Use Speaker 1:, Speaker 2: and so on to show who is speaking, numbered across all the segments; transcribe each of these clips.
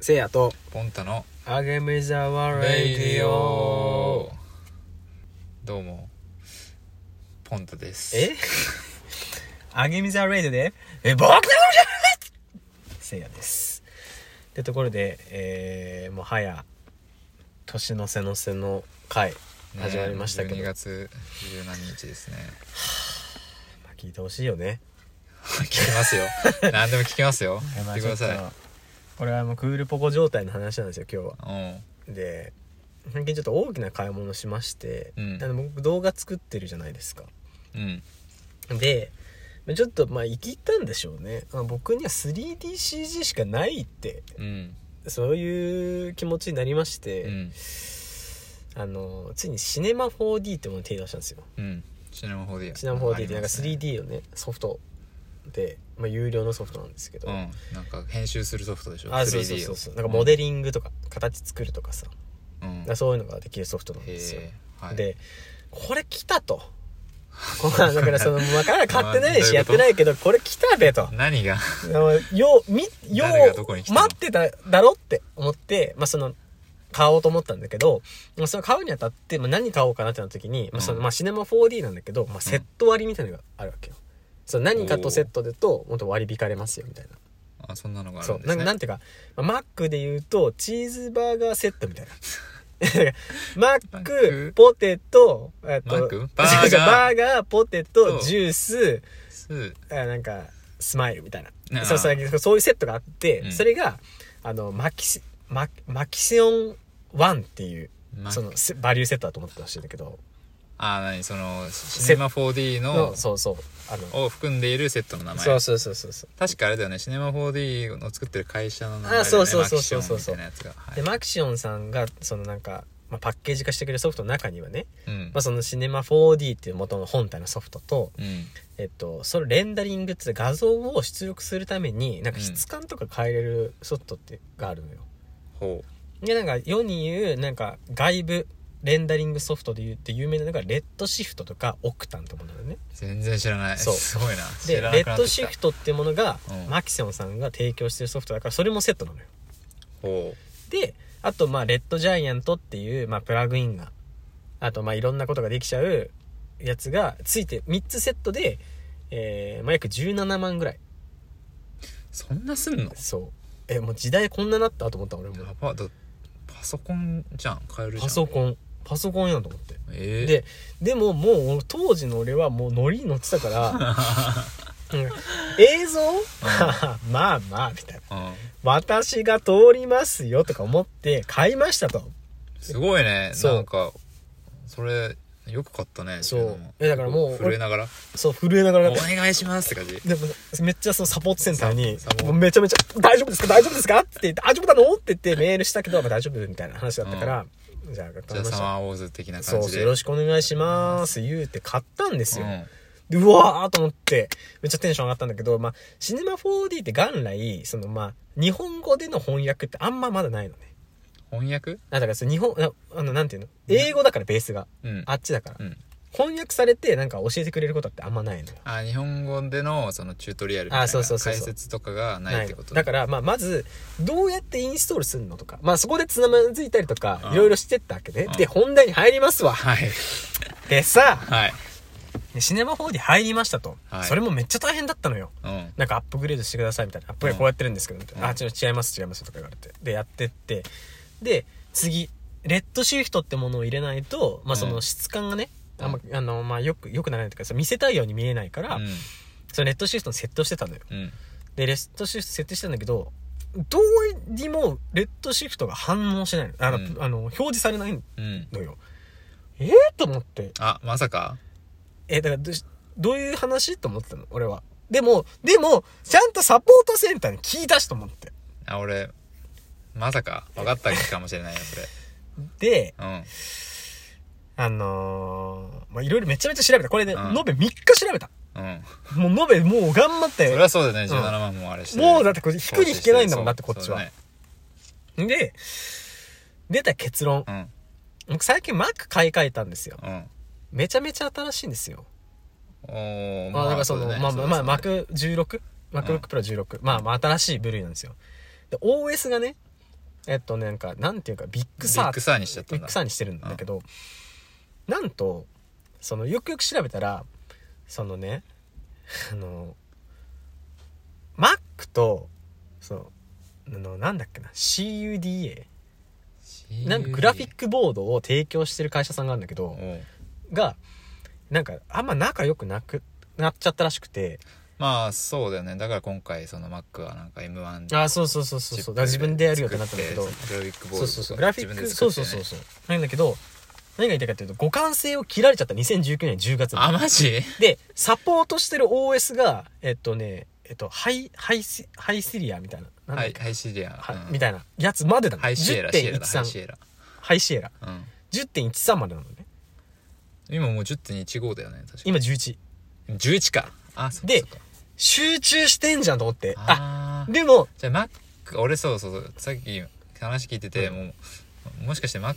Speaker 1: せいやと
Speaker 2: ポンタの
Speaker 1: 「あげみざわ
Speaker 2: レイディオどうもポンタです
Speaker 1: え あげみざわレイディオで「え僕のじゃせいやですってところでえー、もう早年の瀬の瀬の回
Speaker 2: ね
Speaker 1: 始まりましたけど、
Speaker 2: 12月17日ですね
Speaker 1: まあ、聞いてほしいよね
Speaker 2: 聞きますよ 何でも聞きますよ言ってください
Speaker 1: まあちょっとこれはもうクールポコ状態の話なんですよ今日は
Speaker 2: うん
Speaker 1: で最近ちょっと大きな買い物しまして、
Speaker 2: うん
Speaker 1: あの僕動画作ってるじゃないですか
Speaker 2: うん
Speaker 1: でちょっとまあ生きったんでしょうねあ僕には 3DCG しかないって
Speaker 2: うん
Speaker 1: そういう気持ちになりまし
Speaker 2: う
Speaker 1: て、
Speaker 2: ん
Speaker 1: あのついにシネマ 4D ってものに手を出したんですよ
Speaker 2: うんシナモン 4D
Speaker 1: シネマ 4D ってなんか
Speaker 2: ありますね
Speaker 1: 3D をねソフトで、まあ、有料のソフトなんですけど、
Speaker 2: うんなんか編集するソフトでしょ
Speaker 1: あ
Speaker 2: 3D
Speaker 1: そう
Speaker 2: を
Speaker 1: そうそうそうなんかモデリングとか形作るとかさ、
Speaker 2: うん
Speaker 1: だからそういうのができるソフトなん
Speaker 2: へ
Speaker 1: ですよ
Speaker 2: えはい
Speaker 1: でこれ来たと こんなんだからそのまだ買ってないし
Speaker 2: まあ
Speaker 1: やってないけどこれ来たべと
Speaker 2: 何が
Speaker 1: あのようみよ
Speaker 2: 誰がどこに来
Speaker 1: う
Speaker 2: たの
Speaker 1: 待ってただろって思って、まあ、その買おうと思ったんだけど、まあ、その買うにあたって、まあ、何買おうかなってなった時に、まあその
Speaker 2: うん
Speaker 1: まあ、シネマ 4D なんだけど、まあ、セット割りみたいなのがあるわけよ。その何かとセットでともっと割り引かれますよみたいな。
Speaker 2: あそんなのがあ
Speaker 1: そう
Speaker 2: る
Speaker 1: ん
Speaker 2: で
Speaker 1: な
Speaker 2: す
Speaker 1: ん
Speaker 2: ね
Speaker 1: なんていうか、まあ、マックで言うとチーズバーガーセットみたいな マッ
Speaker 2: マ
Speaker 1: ク
Speaker 2: ック
Speaker 1: ポテトえっと
Speaker 2: マック
Speaker 1: バ ー
Speaker 2: バ
Speaker 1: ガーポテト
Speaker 2: そう
Speaker 1: ジュース
Speaker 2: す
Speaker 1: あなんかスマイルみたいな
Speaker 2: あ
Speaker 1: そうそうそういうセットがあって、
Speaker 2: うん
Speaker 1: それがあのマキシママキシオン1っていう
Speaker 2: マ
Speaker 1: そのせバリューセットだと思ってほしいんだけど
Speaker 2: あ何そのシネマ 4D の
Speaker 1: のそうそうあの
Speaker 2: を含んでいるセットの名前
Speaker 1: そうそうそうそうそう
Speaker 2: 確かあれだよねシネマ 4D の作ってる会社の名前だよ
Speaker 1: あ
Speaker 2: ね
Speaker 1: そうそうそうそうそうそう
Speaker 2: マキシオンみたいなやつが、はい
Speaker 1: でマキシオンさんがそのなんか、まあ、パッケージ化してくれるソフトの中にはね、
Speaker 2: うん
Speaker 1: まあ、そのシネマ 4D っていう元の本体のソフトと、
Speaker 2: うん
Speaker 1: えっと、そのレンダリングって画像を出力するためになんか質感とか変えれるソフトってがあるのよ。
Speaker 2: ほ
Speaker 1: でなんか世に言うなんか外部レンダリングソフトで言って有名なのがレッドシフトとかオクタンってものだよね
Speaker 2: う全然知らない
Speaker 1: そう
Speaker 2: すごいな
Speaker 1: で
Speaker 2: 知ら
Speaker 1: レ
Speaker 2: なくな
Speaker 1: ッ
Speaker 2: って
Speaker 1: ド
Speaker 2: き
Speaker 1: シ
Speaker 2: た
Speaker 1: フトってものが、
Speaker 2: うん
Speaker 1: マキセオンさんが提供してるソフトだからそれもセットなのよ
Speaker 2: ほ
Speaker 1: であとまあレッドジャイアントっていう、まあ、プラグインがあとまあいろんなことができちゃうやつがついて3つセットで、えーまあ、約17万ぐらいう
Speaker 2: そんなすんのや
Speaker 1: そうえもう時代こんななったと思った俺も
Speaker 2: ばだパソコンじゃん買えるじゃ
Speaker 1: パ
Speaker 2: ん
Speaker 1: ソ
Speaker 2: ン
Speaker 1: コンパソコンやんと思って
Speaker 2: ええ
Speaker 1: ででももう当時の俺はもうノリに乗ってたから うん映像 まあまあみたいな
Speaker 2: うん、
Speaker 1: 私が通りますよとか思って買いましたと
Speaker 2: すごいね
Speaker 1: そう
Speaker 2: なんかそれよく買ったね
Speaker 1: そう
Speaker 2: 自分も
Speaker 1: えだからもう
Speaker 2: 震えながら
Speaker 1: そう震えなが
Speaker 2: 「
Speaker 1: ら
Speaker 2: お願いします」って感じ
Speaker 1: でもめっちゃそのサポートセンターに
Speaker 2: サポート
Speaker 1: もうめちゃめちゃ「大丈夫ですか大丈夫ですか?」って言って「大丈夫なの?」って言ってメールしたけど「まあ大丈夫」みたいな話だったから、じゃあ
Speaker 2: じゃ
Speaker 1: 買
Speaker 2: あ
Speaker 1: いま
Speaker 2: サ
Speaker 1: した
Speaker 2: マーウォーズ的な
Speaker 1: そ
Speaker 2: 感
Speaker 1: う
Speaker 2: じ
Speaker 1: そう
Speaker 2: で
Speaker 1: よろしくお願いします言うて買ったんですよ、
Speaker 2: うん
Speaker 1: でうわーと思って、めっちゃテンション上がったんだけど、まあ、シネマ 4D って元来、そのまあ、日本語での翻訳ってあんままだないのね。
Speaker 2: 翻訳
Speaker 1: あだからその日本、ああの、なんていうの英語だからベースが。
Speaker 2: うん
Speaker 1: あっちだから
Speaker 2: う。ん
Speaker 1: 翻訳されてなんか教えてくれることってあんまないのよ。
Speaker 2: あ日本語でのそのチュートリアルみたい
Speaker 1: あ
Speaker 2: な
Speaker 1: そうそうそうそう
Speaker 2: 解説とかがないってこと
Speaker 1: のだから、まあ、まず、どうやってインストールするのとか、まあ、そこでつまずいたりとか
Speaker 2: う、ん
Speaker 1: いろいろしてったわけね
Speaker 2: う。ん
Speaker 1: で、本題に入りますわ。
Speaker 2: はい
Speaker 1: でさ、
Speaker 2: はい
Speaker 1: シネマ 4D 入りましたと。
Speaker 2: はい
Speaker 1: それもめっちゃ大変だったのよ。
Speaker 2: うん
Speaker 1: なんかアップグレードしてくださいみたいなアップグレードこうやってるんですけど、みたいなあちょっと違います違いますとか言われてでやってってで次レッドシフトってものを入れないと、まあ、その質感がね、
Speaker 2: うん
Speaker 1: あんまあのまあ、よくよくならないというかその見せたいように見えないから、
Speaker 2: うん
Speaker 1: そのレッドシフトに設定してたのよ
Speaker 2: うん
Speaker 1: でレッドシフト設定したんだけどどうにもレッドシフトが反応しないのあの、
Speaker 2: うん
Speaker 1: あの表示されない
Speaker 2: うん
Speaker 1: のよえー、と思って
Speaker 2: あまさか
Speaker 1: えだからどうしどういう話と思ってたの俺はでもでもちゃんとサポートセンターに聞いたしと思って
Speaker 2: あ俺まさか分かったかもしれないよそれ
Speaker 1: で
Speaker 2: うん
Speaker 1: あのーまあいろいろめちゃめちゃ調べたこれね、
Speaker 2: うん
Speaker 1: 延べ3日調べた
Speaker 2: うん
Speaker 1: もう延べもう頑張っ
Speaker 2: それ
Speaker 1: て
Speaker 2: はそうだよね17万もあれして
Speaker 1: もうだってこれ引くに引けないんだもんだってこっちは
Speaker 2: そう
Speaker 1: で出た結論
Speaker 2: そうだね
Speaker 1: 僕最近 Mac 買い替えたんですよ
Speaker 2: うんうん
Speaker 1: めちゃめちゃ新しいんですよ、
Speaker 2: おー
Speaker 1: まあ、だからその
Speaker 2: うだね
Speaker 1: まあまあ、まあ、
Speaker 2: そうだね
Speaker 1: Mac16Mac6 Pro16、まあまあ新しい部類なんですよで OS がねえっとねなんかなんていうかビッグ
Speaker 2: ビ
Speaker 1: サー
Speaker 2: ッ
Speaker 1: っ
Speaker 2: グ
Speaker 1: て
Speaker 2: サーにしちゃった
Speaker 1: ビ
Speaker 2: ん
Speaker 1: ッ
Speaker 2: だ
Speaker 1: グサーにしてるんだけど、なんとそのよくよく調べたらそのねあのマックとそのあのなんだっけな CUDA なんかグラフィックボードを提供してる会社さんがあるんだけど、
Speaker 2: おう
Speaker 1: がなんかあんま仲良くなくなっちゃったらしくて
Speaker 2: まあそうだよねだから今回その Mac はなんか M1
Speaker 1: ああそうそうそうそうそうだから自分でやるよってなったんだけど
Speaker 2: 作ってグラフィックボー
Speaker 1: そうそ
Speaker 2: ドとか
Speaker 1: うそうグラフィッ
Speaker 2: 自
Speaker 1: ク、
Speaker 2: 分で
Speaker 1: そう
Speaker 2: 作って
Speaker 1: そう
Speaker 2: ね
Speaker 1: そうそうなんだけど何が言いたいかっていうと互換性を切られちゃった2019年10月に
Speaker 2: あマジ
Speaker 1: でサポートしてる OS がえっとねえっとハイハイシハイシリアみたいななんだ
Speaker 2: は
Speaker 1: っ
Speaker 2: い
Speaker 1: け
Speaker 2: ハイシエラ
Speaker 1: は
Speaker 2: うん
Speaker 1: みたいなやつまでなの
Speaker 2: ハイシエラシエラだハイシ
Speaker 1: 10.13
Speaker 2: エラ
Speaker 1: ハイシエラ
Speaker 2: うん
Speaker 1: 10.13までなのね
Speaker 2: 今もう10.15だよね確か
Speaker 1: 今11
Speaker 2: に11かあそっか
Speaker 1: で
Speaker 2: そっか
Speaker 1: 集中してんじゃんと思ってあ
Speaker 2: あー
Speaker 1: でも
Speaker 2: じゃあ Mac 俺そうそうそうさっき話聞いてて、もうもしかして Mac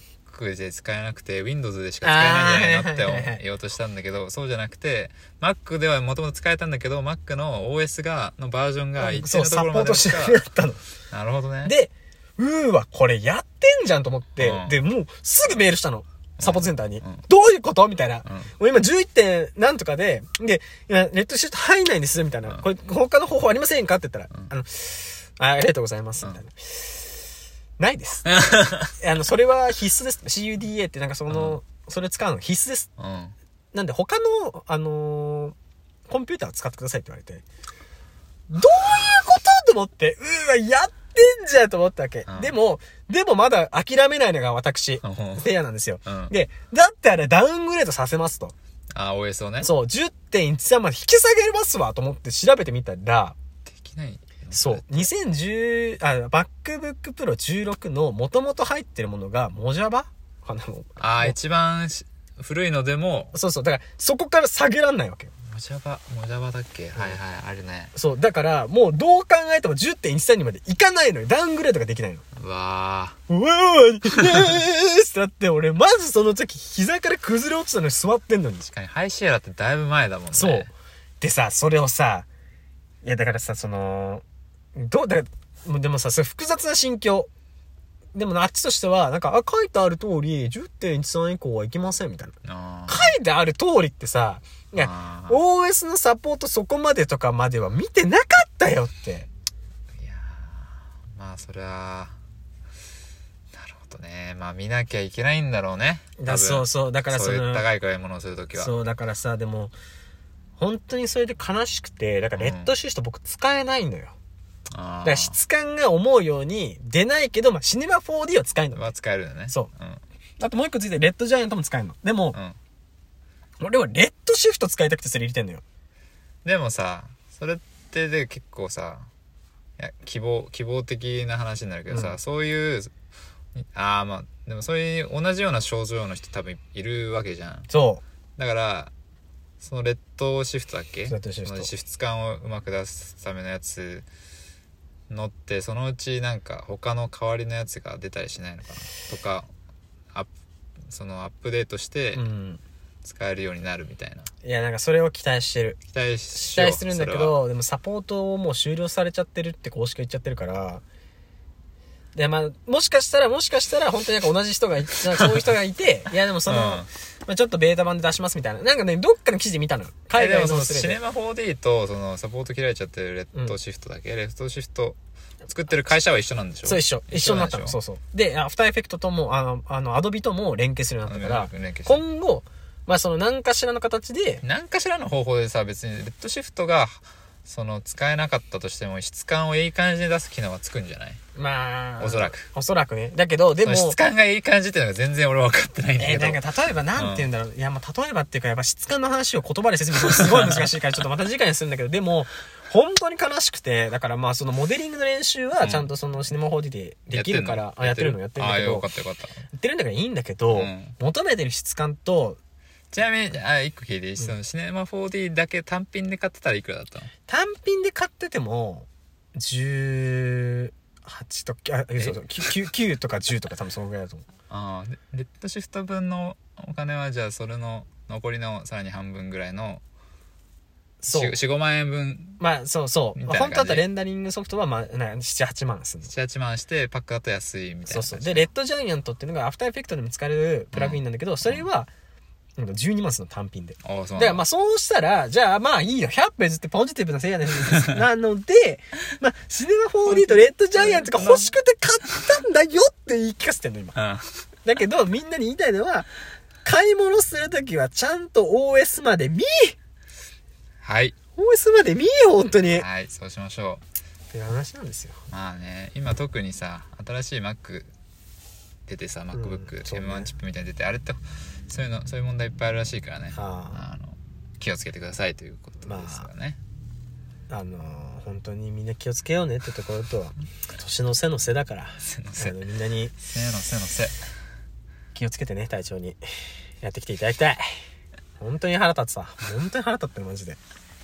Speaker 2: で使えなくて Windows でしか使えないんじゃないの
Speaker 1: あーは
Speaker 2: っ
Speaker 1: いはいはい
Speaker 2: て
Speaker 1: はい
Speaker 2: 言おうとしたんだけどそうじゃなくて Mac ではもともと使えたんだけど Mac の OS がのバージョンが一定
Speaker 1: そう
Speaker 2: のと
Speaker 1: サポ
Speaker 2: ころま
Speaker 1: ー
Speaker 2: で
Speaker 1: トし
Speaker 2: し
Speaker 1: て
Speaker 2: か
Speaker 1: なかったの
Speaker 2: なるほどね
Speaker 1: で、うーわ、これやってんじゃんと思って、
Speaker 2: うん
Speaker 1: で、もうすぐメールしたの。サポートセンターに。
Speaker 2: うん
Speaker 1: どういうことみたいな。
Speaker 2: ん
Speaker 1: もう今11点なんとかで、で、今ネットシュート入んないんですみたいな。
Speaker 2: うん
Speaker 1: これ、他の方法ありませんかって言ったら、あの、あありがとうございます。みたいな。ない です。あの、それは必須です。CUDA ってなんかその、それ使うの必須です。
Speaker 2: うん
Speaker 1: なんで他の、あのーコンピューターを使ってくださいって言われて、どういうことと思って、うーわ、やってんじゃんと思ったわけ。
Speaker 2: うん
Speaker 1: でも、でもまだ諦めないのが私、フ
Speaker 2: うん
Speaker 1: ェアなんですよ。
Speaker 2: うん
Speaker 1: で、だってあれダウングレードさせますと。
Speaker 2: あ OS をね
Speaker 1: そう、10.13まで引き下げますわと思って調べてみたら、
Speaker 2: できない
Speaker 1: そう、2010、あ、MacBook Pro 16の元々入ってるものが、モジャバかなもう
Speaker 2: ああ一番し古いのでも
Speaker 1: そうそう、だからそこから下げらんないわけよ。
Speaker 2: モジャバモジャバだっけ、はいはいあるね
Speaker 1: そう、だから、もうどう考えても10.13にまでいかないのよ。ダウングレードができないの。
Speaker 2: うわ
Speaker 1: うわーってなって、俺、まずその時、膝から崩れ落ちたのに座ってんのに。
Speaker 2: ー確かにハイシエラってだいぶ前だもんね
Speaker 1: そう。でさ、それをさ、いや、だからさ、その、どう、だから、もうでもさ、それ複雑な心境。でもなあっちとしては、なんか、あ、書いてある通り、10.13以降はいきません、みたいな。
Speaker 2: あー
Speaker 1: 書いてある通りってさ、いや、
Speaker 2: あー
Speaker 1: OS のサポートそこまでとかまでは見てなかったよって。
Speaker 2: いやーまあそれはなるほどねまあ見なきゃいけないんだろうね
Speaker 1: だそうそうだからそ
Speaker 2: そう
Speaker 1: の
Speaker 2: いう高い買い物をするときは
Speaker 1: そうだからさでも本当にそれで悲しくてだからレッドシュート僕使えないのよ、
Speaker 2: あ
Speaker 1: だ
Speaker 2: あ
Speaker 1: から質感が思うように出ないけど、まあ、シネマ 4D は使えるの
Speaker 2: は使えるよね、
Speaker 1: そう
Speaker 2: うん
Speaker 1: あともう一個ついてレッドジャイアントも使えるのでも、
Speaker 2: うん、
Speaker 1: 俺はレッドシフト使いたくてそれ入れてんのよ
Speaker 2: でもさそれってで結構さいや希望希望的な話になるけどさ、
Speaker 1: うん
Speaker 2: そういうああまあでもそういう同じような症状の人多分いるわけじゃん
Speaker 1: そ
Speaker 2: だからそのレッドシフトだっけ
Speaker 1: レッドシフト
Speaker 2: そのシフト感をうまく出すためのやつのってそのうちなんか他の代わりのやつが出たりしないのかなとかアップそのアップデートして
Speaker 1: ううん
Speaker 2: 使えるようになるみたいな、
Speaker 1: いやなんかそれを期待してる
Speaker 2: 期待
Speaker 1: 期
Speaker 2: しよう
Speaker 1: 待するんだけどでもサポートをもう終了されちゃってるって公式が言っちゃってるからでまあ、もしかしたら、もしかしたら、本当になんか同じ人がい、 なんかそういう人がいて、いやでもそ
Speaker 2: それ
Speaker 1: の、
Speaker 2: はうん
Speaker 1: まあ、ちょっとベータ版で出しますみたいな。なんかね、どっかの記事で見たの。海
Speaker 2: えで
Speaker 1: 外の
Speaker 2: もその
Speaker 1: それ
Speaker 2: シネ
Speaker 1: で
Speaker 2: マ 4D とそのサポート切られちゃってるレッドシフトだけ、レッドシフト作ってる会社は一緒なんでしょ
Speaker 1: そう一緒。一緒になった
Speaker 2: ん
Speaker 1: の。
Speaker 2: でし
Speaker 1: そ
Speaker 2: ょ
Speaker 1: うそう。で、アフターエフェクトとも、あの、あの、アドビとも連携するようになったから
Speaker 2: うん、連携して
Speaker 1: 今後、まあその何かしらの形で、
Speaker 2: 何かしらの方法でさ別にレッドシフトがその使えなかったとしても質感をいい感じに出す機能はつくんじゃない
Speaker 1: まあ、
Speaker 2: おそらく。
Speaker 1: おそらくね。だけど、で
Speaker 2: で
Speaker 1: も
Speaker 2: も、質感がいい感じっていうのが全然俺分かってないんだ
Speaker 1: え
Speaker 2: け
Speaker 1: ー
Speaker 2: ど、
Speaker 1: なんか例えばなんて言うんだろう。いや、まあ例えばっていうか、やっぱ質感の話を言葉で説明するのすごい難しいから、ちょっとまた次回にするんだけど、で も、本当に悲しくて、だからまあそのモデリングの練習はちゃんとそのシネマ 4D でできるから、あやってるのやってるんだけ
Speaker 2: ああよ
Speaker 1: ど
Speaker 2: か、ったよかった
Speaker 1: 言ってるんだからいいんだけど、
Speaker 2: うん
Speaker 1: 求めてる質感と
Speaker 2: ちなみにあ1個聞いていい、そのシネマ 4D だけ単品で買ってたらいくらだったの
Speaker 1: 単品で買ってても18とかあそうそう 9, 9とか10とか多分そのぐらいだと思
Speaker 2: ああでレッドシフト分のお金はじゃあそれの残りのさらに半分ぐらいの
Speaker 1: うそう
Speaker 2: 45万円分
Speaker 1: まあそうそう、
Speaker 2: みたいな感
Speaker 1: 本
Speaker 2: じ
Speaker 1: 当だったらレンダリングソフトは、まあ、78万すんの
Speaker 2: 78万してパックだと安いみたいな
Speaker 1: そう
Speaker 2: 感じ
Speaker 1: そうでレッドジャイアントっていうのがアフターエフェクトでも使えるプラグインなんだけど、それはなんか12万すんの単品で
Speaker 2: ああそう
Speaker 1: だ
Speaker 2: な
Speaker 1: か
Speaker 2: ん
Speaker 1: らまあそうしたらじゃあまあいいよ100ページってポジティブなせいやね なのでまあシネマ 4D とレッドジャイアントが欲しくて買ったんだよって言い聞かせてんの今
Speaker 2: うん
Speaker 1: だけどみんなに言いたいのは買い物するときはちゃんと OS まで見い
Speaker 2: はい、
Speaker 1: OS まで見いよ本当にっ
Speaker 2: はい、そうしましょ
Speaker 1: ていう話なんですよ
Speaker 2: うまあね今特にさ新しい Mac 出てさ MacBook、
Speaker 1: そうね
Speaker 2: M1 チップみたいに出てあれってそういうのそういう問題いっぱいあるらしいからね
Speaker 1: あ
Speaker 2: あの気をつけてくださいということですよね、
Speaker 1: あのー本当にみんな気をつけようねってところと年の瀬の瀬だから
Speaker 2: せの
Speaker 1: あ
Speaker 2: せ
Speaker 1: のみんなに
Speaker 2: せのせのせ
Speaker 1: 気をつけてね体調にやってきていただきたい本当に腹立つさ本当に腹立ってるマジで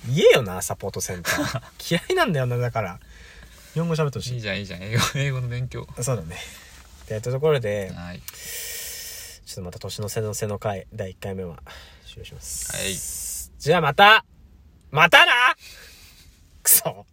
Speaker 1: 言えよなサポートセンタ ー嫌いなんだよなだから日本語喋ってほし
Speaker 2: いい
Speaker 1: い
Speaker 2: じゃんいいじゃん英語英語の勉強
Speaker 1: そうだねでやったところで
Speaker 2: はい
Speaker 1: ちょっとまた年の瀬の瀬の回第1回目は終了しますじゃあまたまたなくそ